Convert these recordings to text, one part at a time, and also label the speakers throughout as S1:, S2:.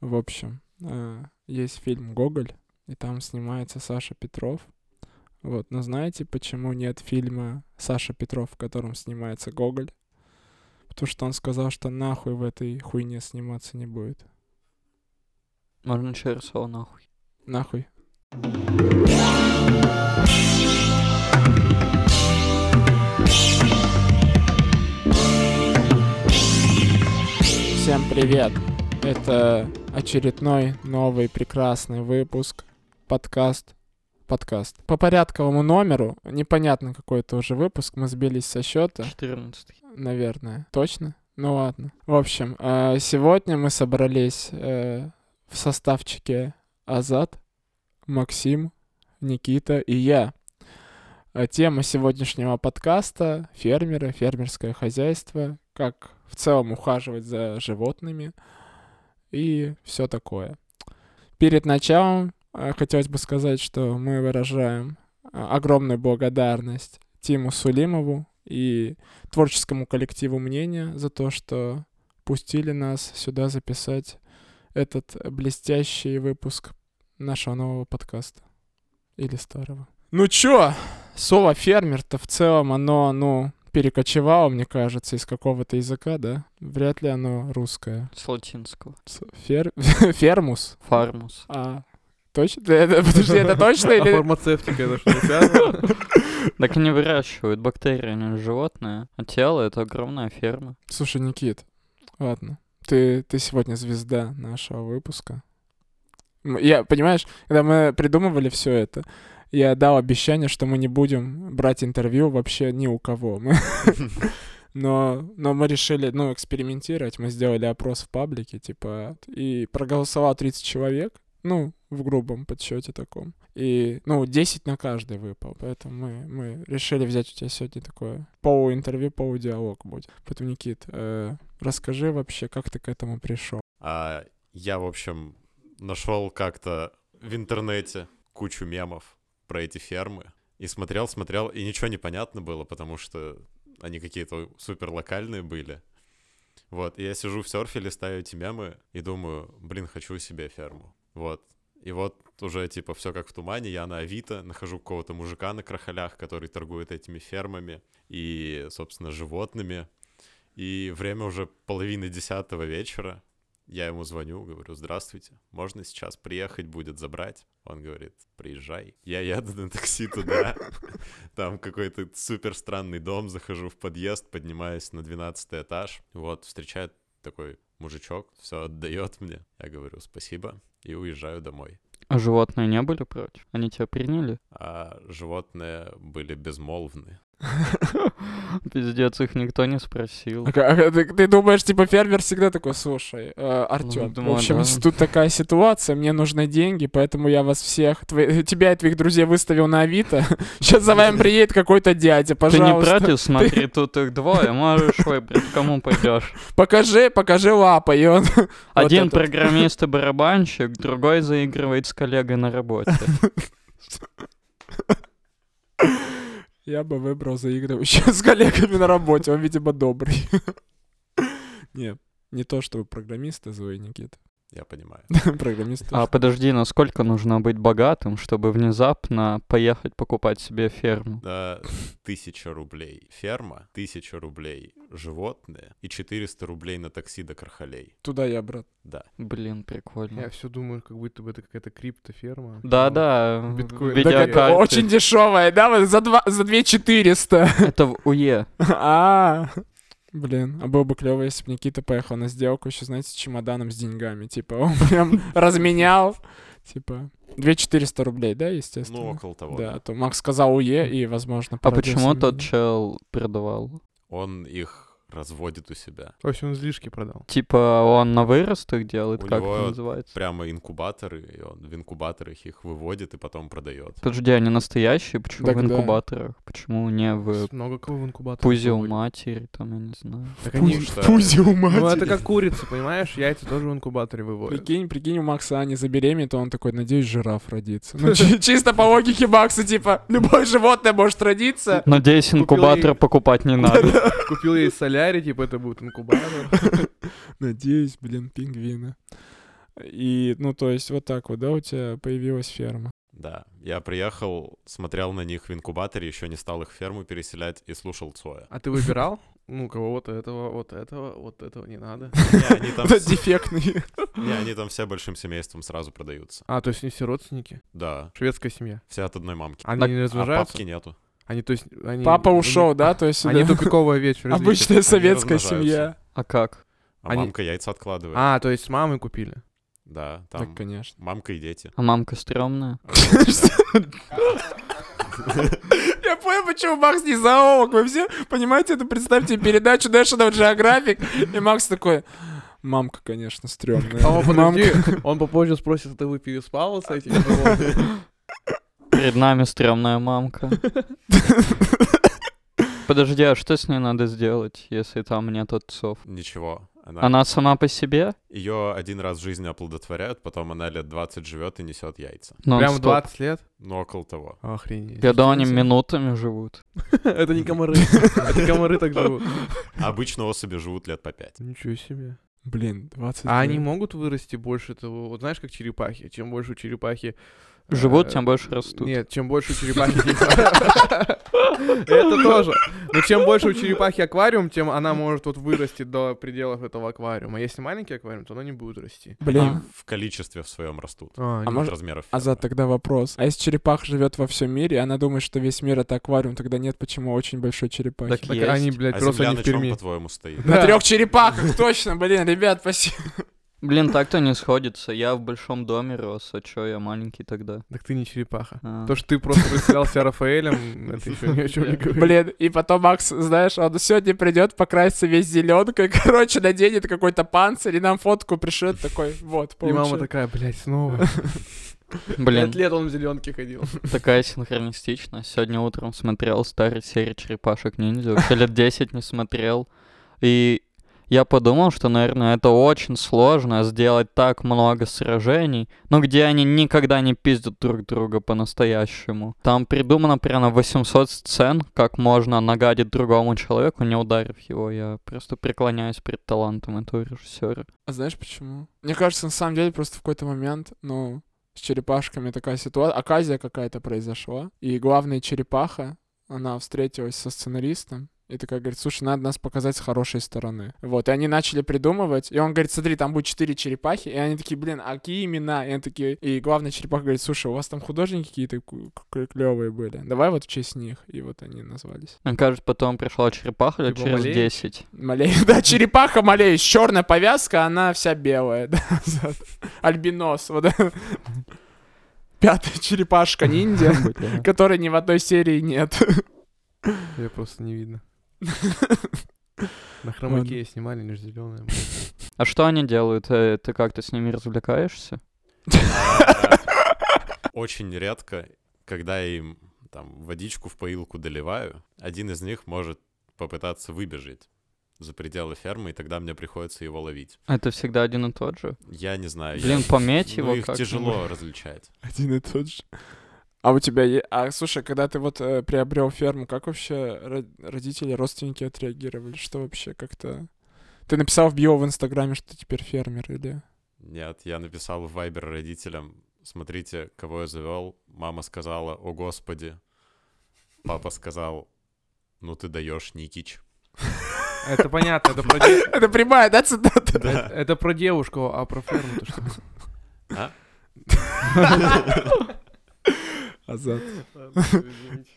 S1: В общем, э, есть фильм «Гоголь», и там снимается Саша Петров. Вот, но знаете, почему нет фильма Саша Петров, в котором снимается Гоголь? Потому что он сказал, что нахуй в этой хуйне сниматься не будет.
S2: Можно еще раз слово нахуй.
S1: Нахуй. Всем привет! Это очередной новый прекрасный выпуск подкаст подкаст. По порядковому номеру, непонятно какой это уже выпуск, мы сбились со счета.
S2: 14.
S1: Наверное. Точно? Ну ладно. В общем, э, сегодня мы собрались э, в составчике Азат, Максим, Никита и я. Э, Тема сегодняшнего подкаста — фермеры, фермерское хозяйство, как в целом ухаживать за животными и все такое. Перед началом э, хотелось бы сказать, что мы выражаем э, огромную благодарность Тиму Сулимову и творческому коллективу мнения за то, что пустили нас сюда записать этот блестящий выпуск нашего нового подкаста. Или старого. Ну чё, слово «фермер»-то в целом, оно, ну, перекочевало, мне кажется, из какого-то языка, да? Вряд ли оно русское.
S2: С латинского.
S1: С- Фер... Фермус?
S2: Фармус.
S1: А, точно? Это- Подожди, это точно
S3: А
S1: или...
S3: фармацевтика это что, связано?
S2: Так они выращивают бактерии, они же животные. А тело — это огромная ферма.
S1: Слушай, Никит, ладно. Ты, ты сегодня звезда нашего выпуска. М, Я, понимаешь, когда мы придумывали все это, я дал обещание, что мы не будем брать интервью вообще ни у кого. Мы- Но, но мы решили, ну, экспериментировать. Мы сделали опрос в паблике, типа, и проголосовало 30 человек. Ну, в грубом подсчете таком. И, ну, 10 на каждый выпал. Поэтому мы, мы решили взять у тебя сегодня такое полуинтервью, полудиалог будет. Поэтому, Никит, э, расскажи вообще, как ты к этому пришел.
S4: А я, в общем, нашел как-то в интернете кучу мемов про эти фермы. И смотрел, смотрел, и ничего не понятно было, потому что они какие-то супер локальные были. Вот, и я сижу в серфе, листаю эти мемы и думаю, блин, хочу себе ферму. Вот. И вот уже типа все как в тумане, я на Авито нахожу какого-то мужика на крахалях, который торгует этими фермами и, собственно, животными. И время уже половины десятого вечера, я ему звоню, говорю, здравствуйте, можно сейчас приехать будет забрать? Он говорит, приезжай. Я еду на такси туда, там какой-то супер странный дом, захожу в подъезд, поднимаюсь на 12 этаж, вот, встречает такой мужичок, все отдает мне. Я говорю, спасибо, и уезжаю домой.
S2: А животные не были против? Они тебя приняли?
S4: А животные были безмолвны.
S2: Пиздец, их никто не спросил.
S1: А ка- а ты, ты думаешь, типа фермер всегда такой, слушай, Артем,
S2: Ну, думаю,
S1: в общем,
S2: да.
S1: с- тут такая ситуация, мне нужны деньги, поэтому я вас всех, твои- тебя и твоих друзей выставил на Авито, сейчас за вами приедет какой-то дядя,
S3: А,
S2: Ты не
S1: пожалуйста,
S2: против? Смотри, тут их двое, можешь выбрать, кому пойдешь.
S1: покажи, покажи лапы, и он... Вот
S2: Один
S1: это вот.
S2: программист и барабанщик, другой заигрывает с коллегой на работе.
S1: Я бы выбрал заигрывающего с коллегами на работе, он, видимо, добрый. Нет, не то, чтобы программисты злые, Никита.
S4: Я понимаю.
S1: Программисты...
S2: А подожди, насколько нужно быть богатым, чтобы внезапно поехать покупать себе ферму?
S4: Да, тысяча рублей ферма, тысяча рублей животные и 400 рублей на такси до Кархалей.
S1: Туда я, брат.
S4: Да.
S2: Блин,
S3: Я
S2: прикольно.
S3: все думаю, как будто бы это какая-то криптоферма.
S2: Да-да,
S3: Биткоин.
S1: Так это
S3: Видеокарты.
S1: очень дешевая, да, вот за, два, за 2400.
S2: Это в УЕ.
S1: А, блин, а было бы клево, если бы Никита поехал на сделку еще, знаете, с чемоданом с деньгами. Типа, он прям разменял, типа, 2400 рублей, да, естественно?
S4: Ну, около того.
S1: Да,
S4: да.
S1: а то Макс сказал УЕ и, возможно,
S2: А
S1: породился
S2: почему
S1: миллион.
S2: тот чел продавал?
S4: Он их разводит у себя.
S3: В общем, он излишки продал.
S2: Типа он на вырост их делает,
S4: У
S2: как
S4: него
S2: это называется?
S4: Прямо инкубаторы, и он в инкубаторах их выводит и потом продает.
S2: Подожди, они настоящие? Почему
S1: Так
S2: в
S1: да.
S2: инкубаторах? Почему не в
S3: Много кого в инкубатор.
S2: пузе у
S3: заводят.
S2: матери, там, я не знаю.
S3: Так
S1: Пусть-
S3: они...
S4: что-
S1: Э, в пузе у матери.
S3: Ну это как курица, понимаешь? Яйца тоже в инкубаторе выводят.
S1: Прикинь, прикинь, у Макса Аня забеременеет, то он такой, надеюсь, жираф родится. Ну, чи- чисто по логике Макса, типа, любое животное может родиться.
S2: Надеюсь,
S3: Купил
S2: инкубатор
S3: ей-
S2: покупать не надо.
S3: Купил
S4: типа,
S3: ей солярий, типа это будет инкубатор.
S1: Надеюсь, блин, пингвина. И, ну, то есть вот так вот, да, у тебя появилась ферма.
S4: Да, я приехал, смотрел на них в инкубаторе, еще не стал их в ферму переселять и слушал Цоя.
S3: А ты выбирал? Ну, кого вот этого, вот этого, вот этого не надо.
S4: Не, они там,
S1: Вот эти дефектные.
S4: не, они там все большим семейством сразу продаются.
S3: А, то есть не все родственники?
S4: Да,
S3: Шведская семья.
S4: все от одной мамки.
S3: Они
S2: Так,
S3: не
S4: А
S3: размножаются?
S4: папки нету.
S3: Они, то есть, они...
S1: Папа
S3: они-
S1: ушел, да, то есть
S3: Они
S1: да,
S3: тупиковая вечер.
S1: обычная советская
S4: размножаются.
S1: семья.
S2: А как?
S4: А
S3: Они-
S4: мамка яйца откладывает.
S3: А, то есть с мамой купили.
S4: Да, там
S1: Так, конечно.
S4: мамка и дети.
S2: А мамка стрёмная?
S1: Я понял, почему Макс не зоолог. Вы все понимаете, это представьте передачу National Geographic. И Макс такой, мамка, конечно, стрёмная.
S3: А он,
S1: Мамка.
S3: подожди, он попозже спросит, а ты вы переспала с этим?
S2: Перед нами стрёмная мамка. Подожди, а что с ней надо сделать, если там нет отцов?
S4: Ничего. Она...
S1: А
S2: Она сама по себе?
S4: Ее один раз в жизни оплодотворяют, потом она лет 20 живет и несет яйца.
S3: Прям
S2: нон-стоп?
S3: 20 лет?
S4: Ну, около того.
S3: Охренеть.
S2: Когда они минутами живут.
S3: Это не комары. Это комары так живут.
S4: Обычно особи живут лет по 5.
S3: Ничего себе.
S1: Блин, 20
S3: А
S1: лет.
S3: они могут вырасти больше того, вот знаешь, как черепахи? Чем больше у черепахи... э,
S2: Живут, тем больше растут.
S3: Нет, чем больше у черепахи... Это тоже. Но чем больше у черепахи аквариум, тем она может вот вырасти до пределов этого аквариума. Если маленький аквариум, то она не будет расти.
S1: Блин,
S4: В количестве в своем растут.
S1: А
S4: От
S1: может-
S4: размеров.
S1: Азат, тогда вопрос. А если черепаха живет во всем мире, и она думает, что весь мир это аквариум, тогда нет почему очень большой черепахи.
S2: Так
S3: Так
S2: есть.
S3: они, блядь,
S4: А
S3: просто
S4: земля
S3: не в
S4: на чем,
S3: Перми.
S4: по-твоему, стоит?
S1: На
S3: Да.
S1: трех черепахах, точно, блин, ребят, спасибо.
S2: Блин, так-то не сходится. Я в большом доме рос, а чё я маленький тогда?
S3: Так ты не черепаха.
S2: А.
S3: То, что ты просто представлял себя Рафаэлем, это еще ни о чем не говорит.
S1: Блин, и потом Макс, знаешь, он сегодня придет, покрасится весь зеленкой, короче, наденет какой-то панцирь и нам фотку пришлет такой, вот,
S3: И мама
S1: получи.
S3: такая, блядь, снова.
S2: Блин,
S3: Пять лет он в зеленке ходил.
S2: такая синхронистичность. Сегодня утром смотрел старые серии черепашек ниндзя. Вообще лет 10 не смотрел. И я подумал, что, наверное, это очень сложно сделать так много сражений, но где они никогда не пиздят друг друга по-настоящему. Там придумано прямо 800 сцен, как можно нагадить другому человеку, не ударив его. Я просто преклоняюсь перед талантом этого режиссера.
S1: А знаешь почему? Мне кажется, на самом деле просто в какой-то момент, ну, с черепашками такая ситуация, оказия какая-то произошла, и главная черепаха, она встретилась со сценаристом, и такая говорит, слушай, надо нас показать с хорошей стороны. Вот, и они начали придумывать, и он говорит, смотри, там будет четыре черепахи, и они такие, блин, а какие имена? И они такие, и главная черепаха говорит, слушай, у вас там художники какие-то клевые были, давай вот в честь них, и вот они назвались.
S2: Мне кажется, потом пришла черепаха лет
S3: Типа
S2: через
S3: Малевич?
S2: 10.
S1: Малею, да, черепаха Малеюсь, черная повязка, она вся белая, да, зад. альбинос, вот это. Пятая черепашка ниндзя,
S2: Бля.
S1: которой ни в одной серии нет.
S3: Ее просто не видно. На
S1: хромаке
S3: хромаке снимали, лишь зеленая.
S2: А что они делают? Э, Ты как-то с ними развлекаешься?
S4: Очень редко, когда я им там водичку в поилку доливаю, один из них может попытаться выбежать за пределы фермы, и тогда мне приходится его ловить.
S2: Это всегда один и тот же.
S4: Я не знаю. я-
S2: Блин, пометь
S4: ну,
S2: его
S4: их
S2: как-нибудь.
S4: тяжело различать.
S1: Один и тот же. А у тебя е- А слушай, когда ты вот э, приобрел ферму, как вообще ро- родители, родственники отреагировали? Что вообще как-то... Ты написал в био в Инстаграме, что ты теперь фермер, или...
S4: Нет, я написал в Вайбер родителям, смотрите, кого я завел. Мама сказала, о господи. Папа сказал, ну ты даешь, Никич.
S3: Это понятно, это про, де-
S1: Это прямая, да, цитата?
S3: это, Э, это про девушку, а про ферму то что?
S4: А?
S1: Азат.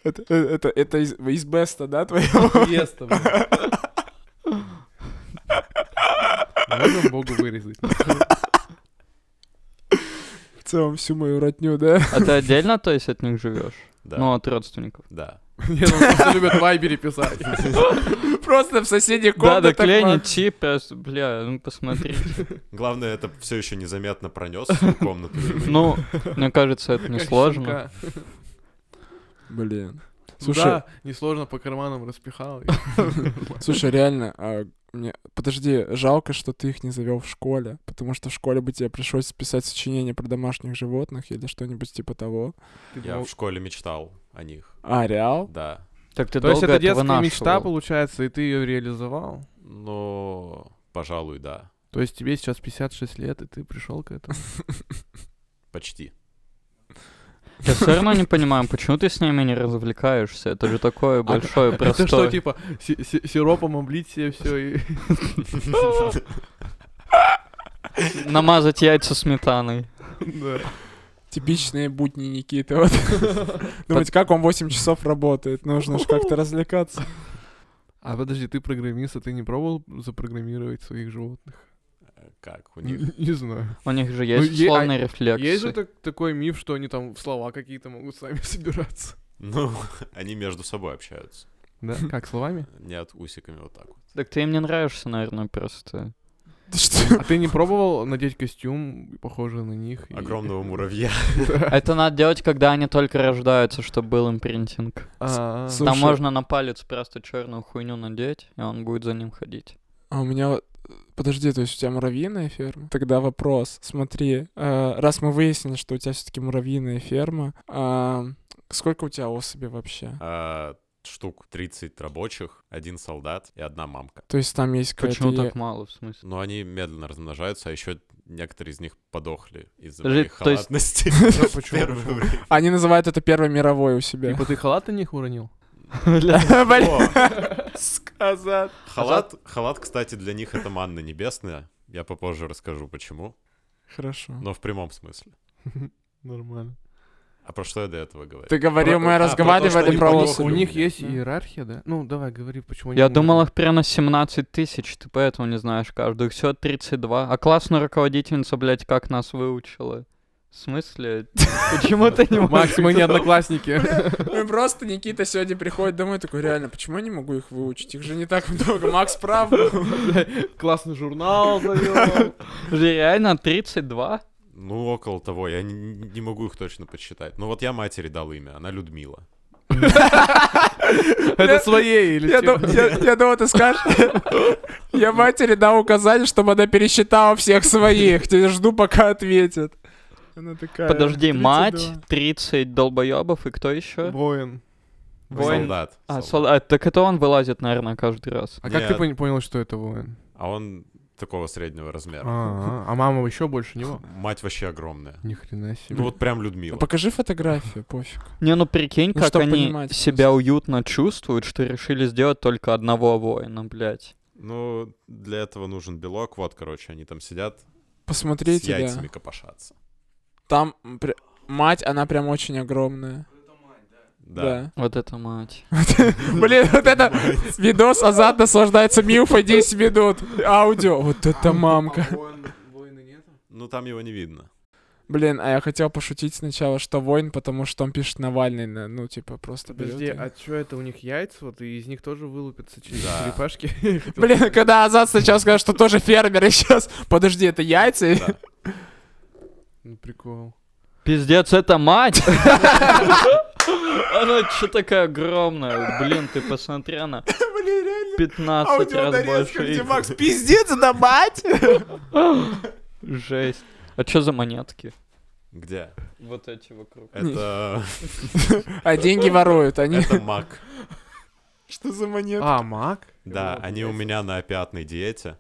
S1: Это, э, это, это из, из беста, да, твоего?
S3: Тесто, блин. Можно богу вырезать?
S1: В целом всю мою родню, да?
S2: А ты отдельно, то есть, от них живешь?
S4: Да,
S2: Ну, от родственников.
S4: да.
S3: Нет, он просто любит в вайбере писать.
S1: Просто в соседних
S2: Да, да,
S1: комнатах.
S2: клейни,
S1: Макс.
S2: ти, просто, бля, ну посмотри.
S4: Главное, это все еще незаметно пронес в свою комнату. мимо
S2: Ну, мне кажется, это
S3: Как
S2: несложно.
S3: щенка.
S1: Блин. Слушай,
S3: Да, несложно по карманам распихал.
S1: слушай, реально, а, мне... подожди, жалко, что ты их не завел в школе, потому что в школе бы тебе пришлось писать сочинение про домашних животных или что-нибудь типа того.
S4: Я
S2: ну,
S4: в школе мечтал о них.
S1: А, реал?
S4: Да.
S2: Так ты
S3: То есть
S2: долго
S3: это
S2: это
S3: детская мечта,
S2: вынашивал.
S3: получается, и ты ее реализовал?
S4: Ну, пожалуй, да.
S3: То есть тебе сейчас 56 лет, и ты пришел к этому?
S4: Почти.
S2: Я все равно не понимаю, почему ты с ними не развлекаешься? Это же такое большое,
S3: Это что,
S2: простое.
S3: типа, си- си- сиропом облить себе все и...
S2: Намазать яйца сметаной.
S3: Да.
S1: Типичные будни Никиты. Вот. Думаете, как он 8 часов работает? Нужно же как-то развлекаться.
S3: А подожди, ты программист, а ты не пробовал запрограммировать своих животных?
S4: э, Как у них?
S3: Не не знаю.
S2: У них же
S3: Ну,
S2: есть
S3: е- а-
S2: условные рефлексы.
S3: Есть же так- такой миф, что они там в слова какие-то могут сами собираться.
S4: Ну, они между собой общаются.
S3: Да, как словами?
S4: Нет, усиками вот так вот.
S2: Так ты им не нравишься, наверное, просто.
S1: Ты что?
S3: А ты не пробовал надеть костюм, похожий на них? и-
S4: Огромного муравья.
S3: Да.
S2: Это надо делать, когда они только рождаются, чтобы был импринтинг.
S3: А,
S1: С-
S2: Там
S1: Слушай.
S2: можно на палец просто черную хуйню надеть, и он будет за ним ходить.
S1: А у меня... вот- Подожди, то есть у тебя муравьиная ферма? Тогда вопрос. Смотри, э, раз мы выяснили, что у тебя все-таки муравьиная ферма, а, сколько у тебя особей вообще?
S4: А, Штук 30 рабочих, один солдат и одна мамка.
S1: То есть там есть какая-то...
S2: Почему
S1: е-
S2: так мало, в смысле?
S4: Но они медленно размножаются, а еще некоторые из них подохли из-за
S2: Подожди,
S4: моей
S2: то есть-
S4: халатности.
S3: Да,
S4: в
S3: Ну, почему?
S4: первое
S3: почему?
S4: время.
S1: Они называют это Первой мировой у себя.
S3: Типа ты халат на них уронил?
S1: Блин,
S4: О,
S1: Сказать.
S4: Халат, халат, кстати, для них это манна небесная. Я попозже расскажу, почему.
S1: Хорошо.
S4: Но в прямом смысле.
S3: Нормально.
S4: А про что я до этого говорил?
S1: Ты говорил, мы
S4: А, про то, что
S1: разговаривали
S4: они
S1: про
S4: подохли.
S1: особи.
S3: У
S4: Люблю.
S3: них есть
S1: Да.
S3: иерархия, да? Ну, давай, говори, почему они
S2: Я
S3: умерли.
S2: думал, их прямо 17 тысяч, ты поэтому не знаешь каждую. Их всего 32. А классная руководительница, блядь, как нас выучила. В смысле? Почему ты не можешь?
S3: Макс, мы не одноклассники.
S1: Ну и просто Никита сегодня приходит домой такой, реально, почему я не могу их выучить? Их же не так много. Макс прав. был.
S3: Классный журнал завел.
S2: Же Реально 32?
S4: Ну, около того. Я не, не могу их точно подсчитать. Ну, вот я матери дал имя. Она Людмила.
S3: Это своей или типа?
S1: Я
S3: чего?
S1: дум- я- я думал, ты скажешь. Я матери дал указание, чтобы она пересчитала всех своих. Тебя жду, пока ответит. Она такая...
S2: Подожди,
S1: 32.
S2: мать, 30 долбоебов и кто еще?
S3: Воин.
S2: Воин.
S4: Солдат.
S2: А,
S4: Солдат.
S2: сол- а, так это он вылазит, наверное, каждый раз.
S3: А как ты
S4: Нет.
S3: пон- понял, что это воин?
S4: А он такого среднего размера.
S3: А, а мама еще больше него?
S4: Мать вообще огромная.
S3: Ни хрена
S4: Ну,
S3: себе.
S4: вот прям
S1: Ну,
S4: Людмила.
S1: Покажи фотографию, пофиг.
S2: Не, ну прикинь,
S1: Ну,
S2: как
S1: чтоб
S2: они
S1: понимать
S2: себя уютно чувствуют, что решили сделать только одного воина, блядь.
S4: Ну, для этого нужен белок. Вот, короче, они там сидят с
S1: Посмотрите, да.
S4: яйцами копошатся.
S1: Там пр- мать, она прям очень огромная.
S4: Да.
S1: Да.
S2: Вот это мать.
S1: Блин, вот это видос Азат наслаждается милфой 10 минут. Аудио. Вот это мамка.
S3: А, Воина нету?
S4: Ну, там его не видно.
S1: Блин, а я хотел пошутить сначала, что воин, потому что он пишет Навальный, на- ну, типа, просто берёт
S3: Подожди,
S1: и-
S3: а что это у них яйца, вот и из них тоже вылупятся через
S4: Да.
S3: черепашки?
S1: Блин, когда Азат сначала сказал, что тоже фермер, и сейчас, подожди, это яйца? И-
S4: Да.
S3: Ну, прикол.
S2: Пиздец, это мать! Она что такая огромная? Блин, ты посмотри, она
S1: Блин, реально.
S2: 15 раз
S1: Аудиодорезка,
S2: больше.
S1: где
S2: их.
S1: Макс, пиздец, это мать!
S2: Жесть. А что за монетки?
S4: Где?
S2: Вот эти вокруг.
S4: Это...
S1: А деньги воруют, они...
S4: Это мак.
S1: Что за монета?
S3: А, маг?
S4: Да,
S3: Вот,
S4: они у
S3: яйца.
S4: меня на опиатной диете.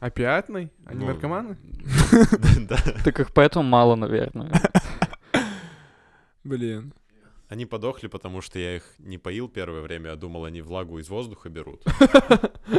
S3: Опиатный? Они
S4: Ну,
S3: наркоманы?
S4: Да.
S2: Так их поэтому мало, наверное.
S1: Блин.
S4: Они подохли, потому что я их не поил первое время, я думал, они влагу из воздуха берут.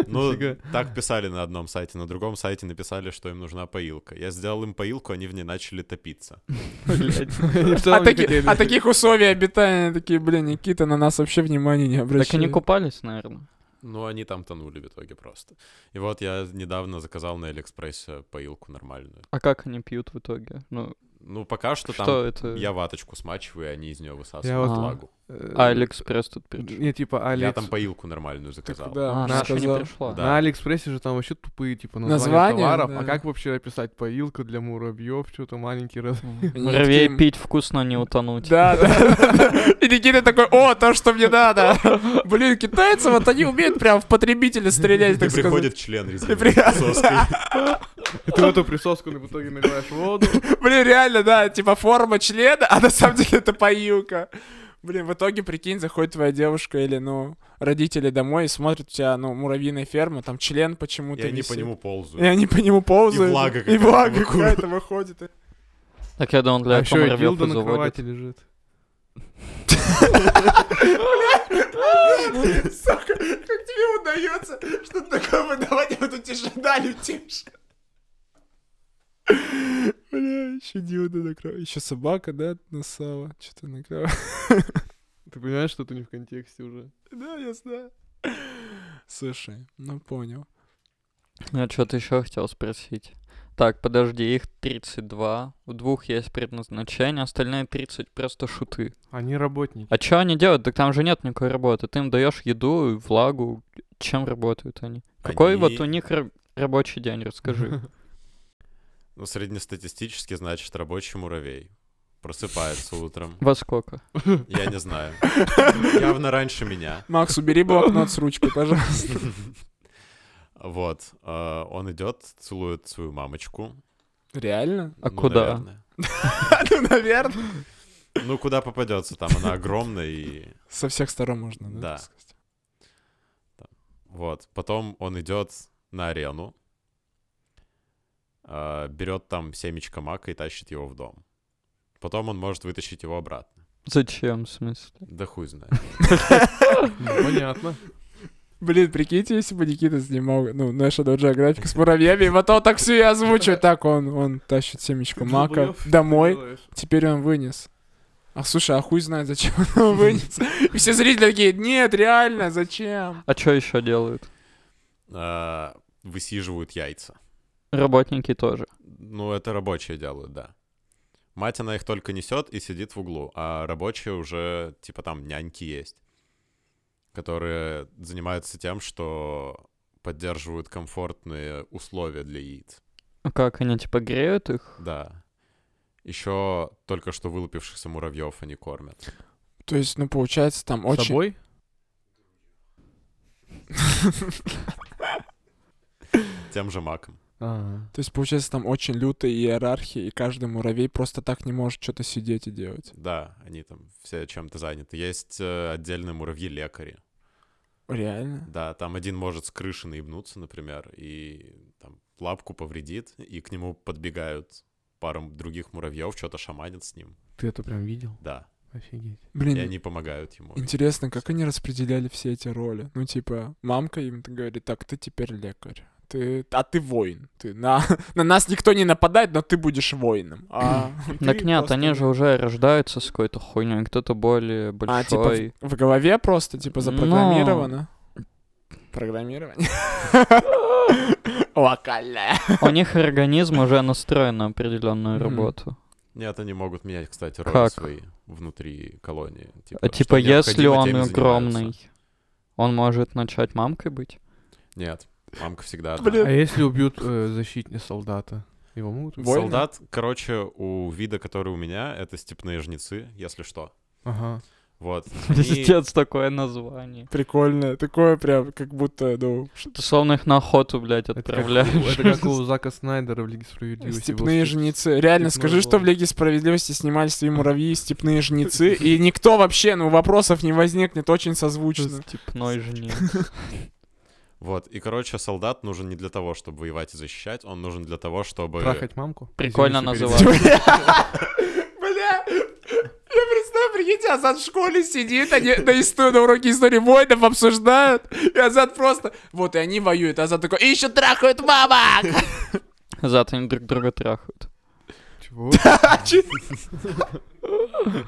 S4: Ну,
S3: Нифига.
S4: так писали на одном сайте, на другом сайте написали, что им нужна поилка. Я сделал им поилку, они в ней начали топиться.
S2: Блядь.
S3: Они в
S1: А,
S3: целом не
S1: таки-
S3: хотели.
S1: а таких условий обитания такие, блин, Никита на нас вообще внимания не обращает.
S2: Так они купались, наверное.
S4: Ну, они там тонули в итоге просто. И вот я недавно заказал на Алиэкспрессе поилку нормальную.
S2: А как они пьют в итоге? Ну,
S4: Ну, пока что
S2: что
S4: там
S2: это?
S4: я ваточку смачиваю, и они из нее
S3: Я
S4: высасывают
S2: вот-
S4: влагу.
S3: Э,
S2: А Алиэкспресс тут пришел.
S3: Не, типа
S4: Я
S3: Алекс...
S4: там поилку нормальную
S1: Так,
S4: заказал.
S1: да,
S2: А,
S1: он
S2: она еще не
S1: сказал.
S2: пришла.
S4: Да.
S3: На Алиэкспрессе же там вообще тупые, типа,
S1: Названия,
S3: названия товаров.
S1: да.
S3: А как вообще описать поилку для муравьев, что-то маленький раз...
S1: Они
S2: Муравей
S1: такие-
S2: пить вкусно, не утонуть.
S1: Да, да. И Никита такой, о, то, что мне надо. Блин, китайцы, вот они умеют прям в потребителя стрелять,
S4: И
S1: так сказать.
S4: приходит член
S1: при-
S4: резиновый соской.
S3: И ты в эту присоску в итоге наливаешь воду.
S1: Блин, реально, да, типа форма члена, а на самом деле это поилка. Блин, в итоге, прикинь, заходит твоя девушка или, ну, родители домой и смотрят у тебя, ну, муравьиная ферма, там член
S4: И
S1: почему-то
S4: они по
S1: висит.
S4: нему
S1: И
S4: ползают.
S1: они по нему ползают.
S4: влага
S1: И
S4: какая-то
S1: влага
S4: вокруг.
S1: какая-то выходит.
S2: Так я думал, для
S3: А
S2: этого
S3: еще и
S2: муравьев
S3: дилда на
S2: заводят.
S3: кровати лежит.
S1: Сука, как тебе удается что-то такое выдавать, а тут тишина летишь? Бля, еще диода на кровати. Еще собака, да, насала? Что-то на кровати.
S3: Ты понимаешь, что ты не в контексте уже?
S1: Да, я знаю. Слушай, ну понял.
S2: Я что-то еще хотел спросить. Так, подожди, их 32. У двух есть предназначение, остальные 30 просто шуты.
S3: Они работники.
S2: А что они делают? Так там же нет никакой работы. Ты им даешь еду, влагу. Чем работают они? Какой
S4: Они-
S2: вот у них раб- рабочий день, расскажи.
S4: Ну, среднестатистически, значит, рабочий муравей. Просыпается утром.
S2: Во сколько?
S4: Я не знаю. Явно раньше меня.
S1: Макс, убери блокнот с ручкой, пожалуйста.
S4: Вот. э, Он идет, целует свою мамочку.
S1: Реально?
S2: А
S4: Ну,
S2: куда?
S4: наверное.
S1: Ну, наверное.
S4: Ну, куда попадется там? Она огромная и
S1: Со всех сторон можно, да?
S4: Да.
S1: так сказать?
S4: Вот. Потом он идет на арену, а, берет там семечко мака и тащит его в дом. Потом он может вытащить его обратно.
S2: Зачем, в смысле?
S4: Да хуй знает.
S3: Понятно.
S1: Блин, прикиньте, если бы Никита снимал, ну, наша географика с муравьями, и потом так все и озвучивает. Так, он, он тащит семечку мака домой, теперь он вынес. А слушай, а хуй знает, зачем он его вынес. И все зрители такие, нет, реально, зачем?
S2: А что еще делают?
S4: А, Высиживают яйца.
S2: Работники тоже.
S4: Ну, это рабочие делают, да. Мать, она их только несет и сидит в углу, а рабочие уже, типа, там няньки есть, которые занимаются тем, что поддерживают комфортные условия для яиц.
S2: А как они типа греют их?
S4: Да. Еще только что вылупившихся муравьев они кормят.
S1: То есть, ну, получается, там
S3: С
S1: очень...
S3: собой?
S4: Тем же маком.
S3: Ага.
S1: То есть, получается, там очень лютая иерархия, и каждый муравей просто так не может что-то сидеть и делать.
S4: Да, они там все чем-то заняты. Есть э, отдельные муравьи-лекари.
S1: Реально?
S4: Да, там один может с крыши наебнуться, например, и там лапку повредит, и к нему подбегают пара других муравьев, что-то шаманят с ним.
S3: Ты это прям видел?
S4: Да.
S3: Офигеть.
S1: Блин,
S4: И они помогают ему.
S1: Интересно, как они распределяли все эти роли? Ну, типа, мамка им говорит, так, ты теперь лекарь. Ты, а ты воин. Ты на, на нас никто не нападает, но ты будешь воином. А ты
S2: Так нет,
S1: просто-
S2: они же уже рождаются с какой-то хуйней, кто-то более
S1: А, типа,
S2: большой.
S1: в, в голове просто, типа, запрограммировано. Программирование. Локальное.
S2: У них организм уже настроен на определенную
S1: Мгм.
S2: работу.
S4: Нет, они могут менять, кстати, роли
S2: Как?
S4: свои внутри колонии.
S2: А
S4: что
S2: типа, если
S4: необходимо,
S2: он
S4: теми занимаются.
S2: огромный, он может начать мамкой быть?
S4: Нет, мамка всегда одна.
S1: Блин.
S3: А если убьют э, защитника солдата? Его могут убить?
S1: Больно?
S4: Солдат, короче, у вида, который у меня, это степные жнецы, если что.
S3: Ага.
S4: Вот. Они-
S2: Пиздец, такое название.
S1: Прикольно. Такое прям, как будто, ну,
S2: Ты словно их на охоту, блядь,
S3: Это как, у-
S2: отправляешь.
S3: это как у Зака Снайдера в Лиге Справедливости.
S1: степные
S3: Его
S1: жнецы. Реально,
S3: степной
S1: скажи, что в
S3: волк.
S1: Лиге Справедливости снимались твои муравьи и степные жнецы, и никто вообще, ну, вопросов не возникнет, очень созвучно.
S2: Степной жене.
S4: Вот. И, короче, солдат нужен не для того, чтобы воевать и защищать, он нужен для того, чтобы...
S3: Трахать мамку?
S2: Прикольно
S3: Извини,
S2: называть.
S1: Бля, я представляю, прикиньте, Азат в школе сидит, они на, исто- на уроке истории воинов обсуждают, и Азат просто... Вот, и они воюют, Азат такой, и еще трахают мамок!
S2: Зато они друг друга трахают.
S3: переведи. Чего?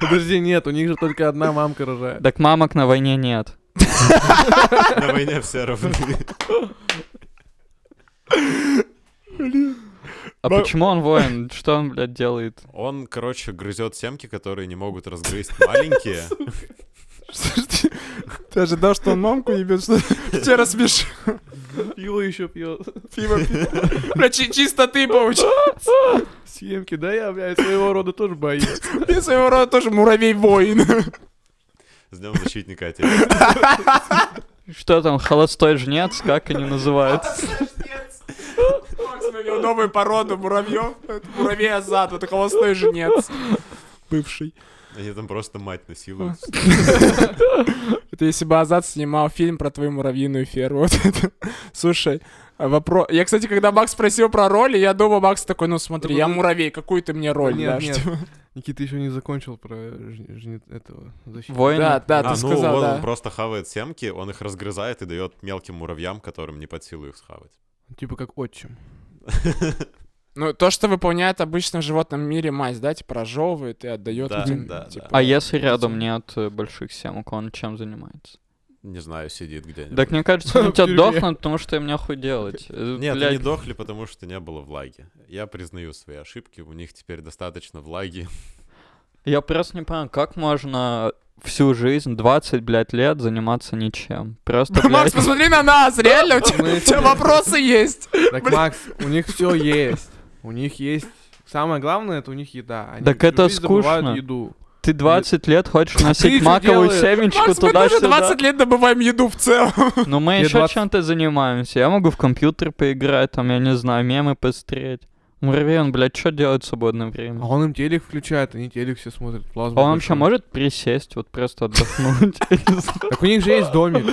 S3: Подожди, нет, у них же только одна мамка рожает.
S2: Так мамок на войне нет.
S4: На войне все равны.
S2: А
S1: Ма-
S2: почему он воин? Что он, блядь, делает?
S4: Он, короче, грызет семки, которые не могут разгрызть маленькие.
S1: Ты ожидал, что он мамку ебет, что тебя рассмешил?
S3: Пиво еще пьет.
S1: Пиво Бля, чи- чисто ты получил.
S3: Съемки, да я, блядь, своего рода тоже боюсь.
S1: Я своего рода тоже муравей-воин.
S4: С днем защитника а отечества.
S2: Что там, холостой жнец, как они называются?
S1: Макс вывел новую породу муравьев. Это муравей Азат, это холостой женец. Бывший.
S4: Они там просто мать насилуют.
S1: Это если бы Азат снимал фильм про твою муравьиную ферму. Вот это. Слушай, вопрос... Я, кстати, когда Макс спросил про роли, я думал, Макс такой, ну смотри, я муравей, какую ты мне роль
S3: Нет,
S1: дашь?
S3: нет.
S1: Типа.
S3: Никита еще не закончил про жни- жни- этого защитника.
S2: Воин.
S1: Да, да, ты
S4: А, ну
S1: сказал,
S4: вот он
S1: да.
S4: просто хавает семки, он их разгрызает и дает мелким муравьям, которым не под силу их схавать.
S3: Типа как отчим.
S1: Ну, то, что выполняет обычно в животном мире мазь, да, типа разжевывает и отдает
S4: Да,
S1: людям.
S4: да, да.
S1: типа,
S2: А если рядом нет э, больших семок, он чем занимается?
S4: Не знаю, сидит где-нибудь.
S2: Так мне кажется, они у
S3: В
S2: тебя
S3: тюрьме.
S2: дохнут, потому что им нехуй делать. Э,
S4: Нет,
S2: блядь,
S4: они дохли, потому что не было влаги. Я признаю свои ошибки, у них теперь достаточно влаги.
S2: Я просто не понимаю, как можно всю жизнь, 20, блядь, лет заниматься ничем. Просто,
S1: Макс,
S2: блядь,
S1: посмотри на нас, реально, у тебя- у тебя вопросы есть.
S3: Так, Макс, у них все есть. У них есть... Самое главное, это у них еда. Они
S2: Так
S3: всю
S2: это
S3: жизнь забывают
S2: скучно.
S3: еду.
S2: ты 20 лет хочешь
S3: ты
S2: носить
S3: чё
S2: маковую
S3: делаешь?
S2: семечку
S1: Макс, мы тоже
S2: туда-сюда.
S1: 20 лет добываем еду в целом.
S2: Но мы
S3: Мне
S2: еще
S3: 20.
S2: чем-то занимаемся. Я могу в компьютер поиграть, там, я не знаю, мемы посмотреть. Муравей, он, блядь, что делает в свободное
S3: А
S2: время?
S3: он им телек включает, они телек все смотрят.
S2: А он вообще может присесть, вот просто отдохнуть? Я не знаю.
S3: Так у них же есть домик.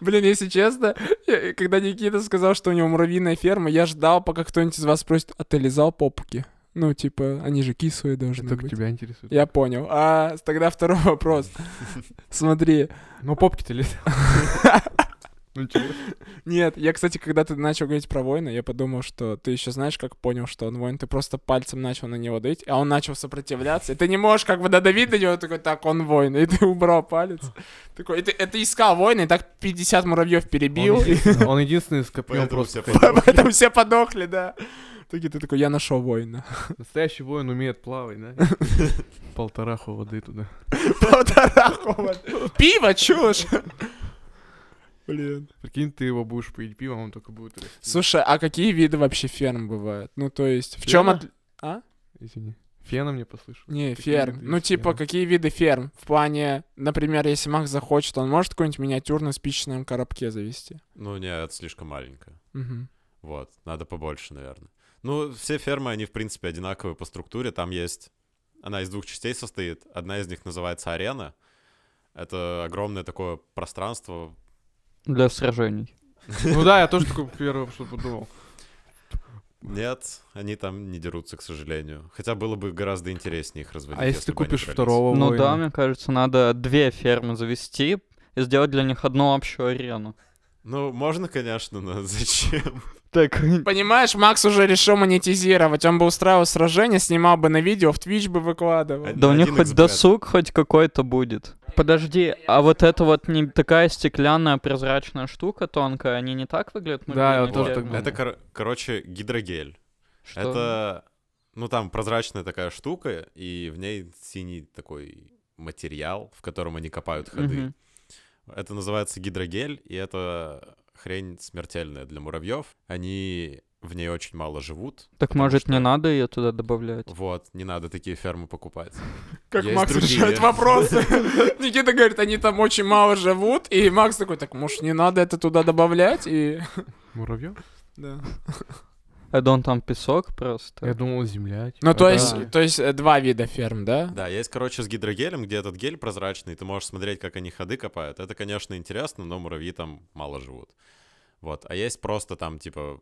S1: Блин, если честно, я- когда Никита сказал, что у него муравьиная ферма, я ждал, пока кто-нибудь из вас спросит, а ты лизал попки? Ну, типа, они же кислые должны
S3: Только
S1: быть.
S3: тебя интересует.
S1: Я понял. А тогда второй вопрос. Смотри.
S3: Ну, попки-то лезут. Ну, чё?
S1: Нет, я, кстати, когда ты начал говорить про воина, я подумал, что ты еще знаешь, как понял, что он воин. Ты просто пальцем начал на него дать, а он начал сопротивляться. И ты не можешь как бы додавить до него, такой, так, он воин. И ты убрал палец. Такой, и ты, и ты искал воина, и так 50 муравьев перебил.
S3: Он
S1: и-
S3: единственный- Он единственный скопил
S4: Поэтому все
S3: просто.
S1: Поэтому все подохли, да. Такие, ты такой, я нашел воина.
S3: Настоящий воин умеет плавать, да? Полтораху воды туда.
S1: Полторахова. Пиво, чушь. Блин.
S3: Прикинь, ты его будешь поить пивом, он только будет расти.
S1: Слушай, а какие виды вообще ферм бывают? Ну, то есть, в чем
S3: Ферма?
S1: от... А?
S3: Извини. Фена мне послышал.
S1: Не,
S3: Какие
S1: ферм.
S3: виды
S1: Ну,
S3: есть
S1: типа,
S3: ферм?
S1: какие виды ферм? В плане, например, если Макс захочет, он может какой-нибудь миниатюрный спичечном коробке завести?
S4: Ну, нет, это слишком маленько.
S1: Мгм.
S4: Вот, надо побольше, наверное. Ну, все фермы, они, в принципе, одинаковые по структуре. Там есть... Она из двух частей состоит. Одна из них называется арена. Это огромное такое пространство.
S2: Для сражений.
S3: Ну да, я тоже такой первый что подумал.
S4: Нет, они там не дерутся, к сожалению. Хотя было бы гораздо интереснее их разводить.
S3: А если ты
S4: бы они
S3: купишь
S4: дрались.
S3: второго
S2: Ну да,
S3: воина?
S2: мне кажется, надо две фермы завести и сделать для них одну общую арену.
S4: Ну, можно, конечно, но зачем?
S2: Так,
S1: Понимаешь, Макс уже решил монетизировать. Он бы устраивал сражение, снимал бы на видео, в Twitch бы выкладывал.
S4: Э,
S2: Да у них
S4: Один
S2: хоть
S4: экземпляр.
S2: досуг хоть какой-то будет. Подожди, а вот это вот не такая стеклянная прозрачная штука тонкая, они не так выглядят? Мы
S3: Да,
S2: были
S3: я вот
S2: на
S3: тоже
S2: ферме?
S3: так думал.
S4: Это, кор- короче, гидрогель.
S2: Что?
S4: Это, ну там прозрачная такая штука, и в ней синий такой материал, в котором они копают ходы.
S2: Мгм.
S4: Это называется гидрогель, и это хрень смертельная для муравьев. Они в ней очень мало живут.
S2: Так
S4: потому
S2: может
S4: что-
S2: не надо ее туда добавлять?
S4: Вот, не надо такие фермы покупать.
S1: Как
S4: Есть
S1: Макс
S4: другие.
S1: решает вопросы. Никита говорит, они там очень мало живут. И Макс такой, так, может, не надо это туда добавлять? И...
S3: Муравьев?
S1: Да.
S2: Это А он там песок просто.
S3: Я думал, земля. типа.
S1: Ну, то
S3: Да.
S1: есть, то есть э, два вида ферм, да?
S4: Да, есть, короче, с гидрогелем, где этот гель прозрачный, ты можешь смотреть, как они ходы копают. Это, конечно, интересно, но муравьи там мало живут. Вот, а есть просто там, типа,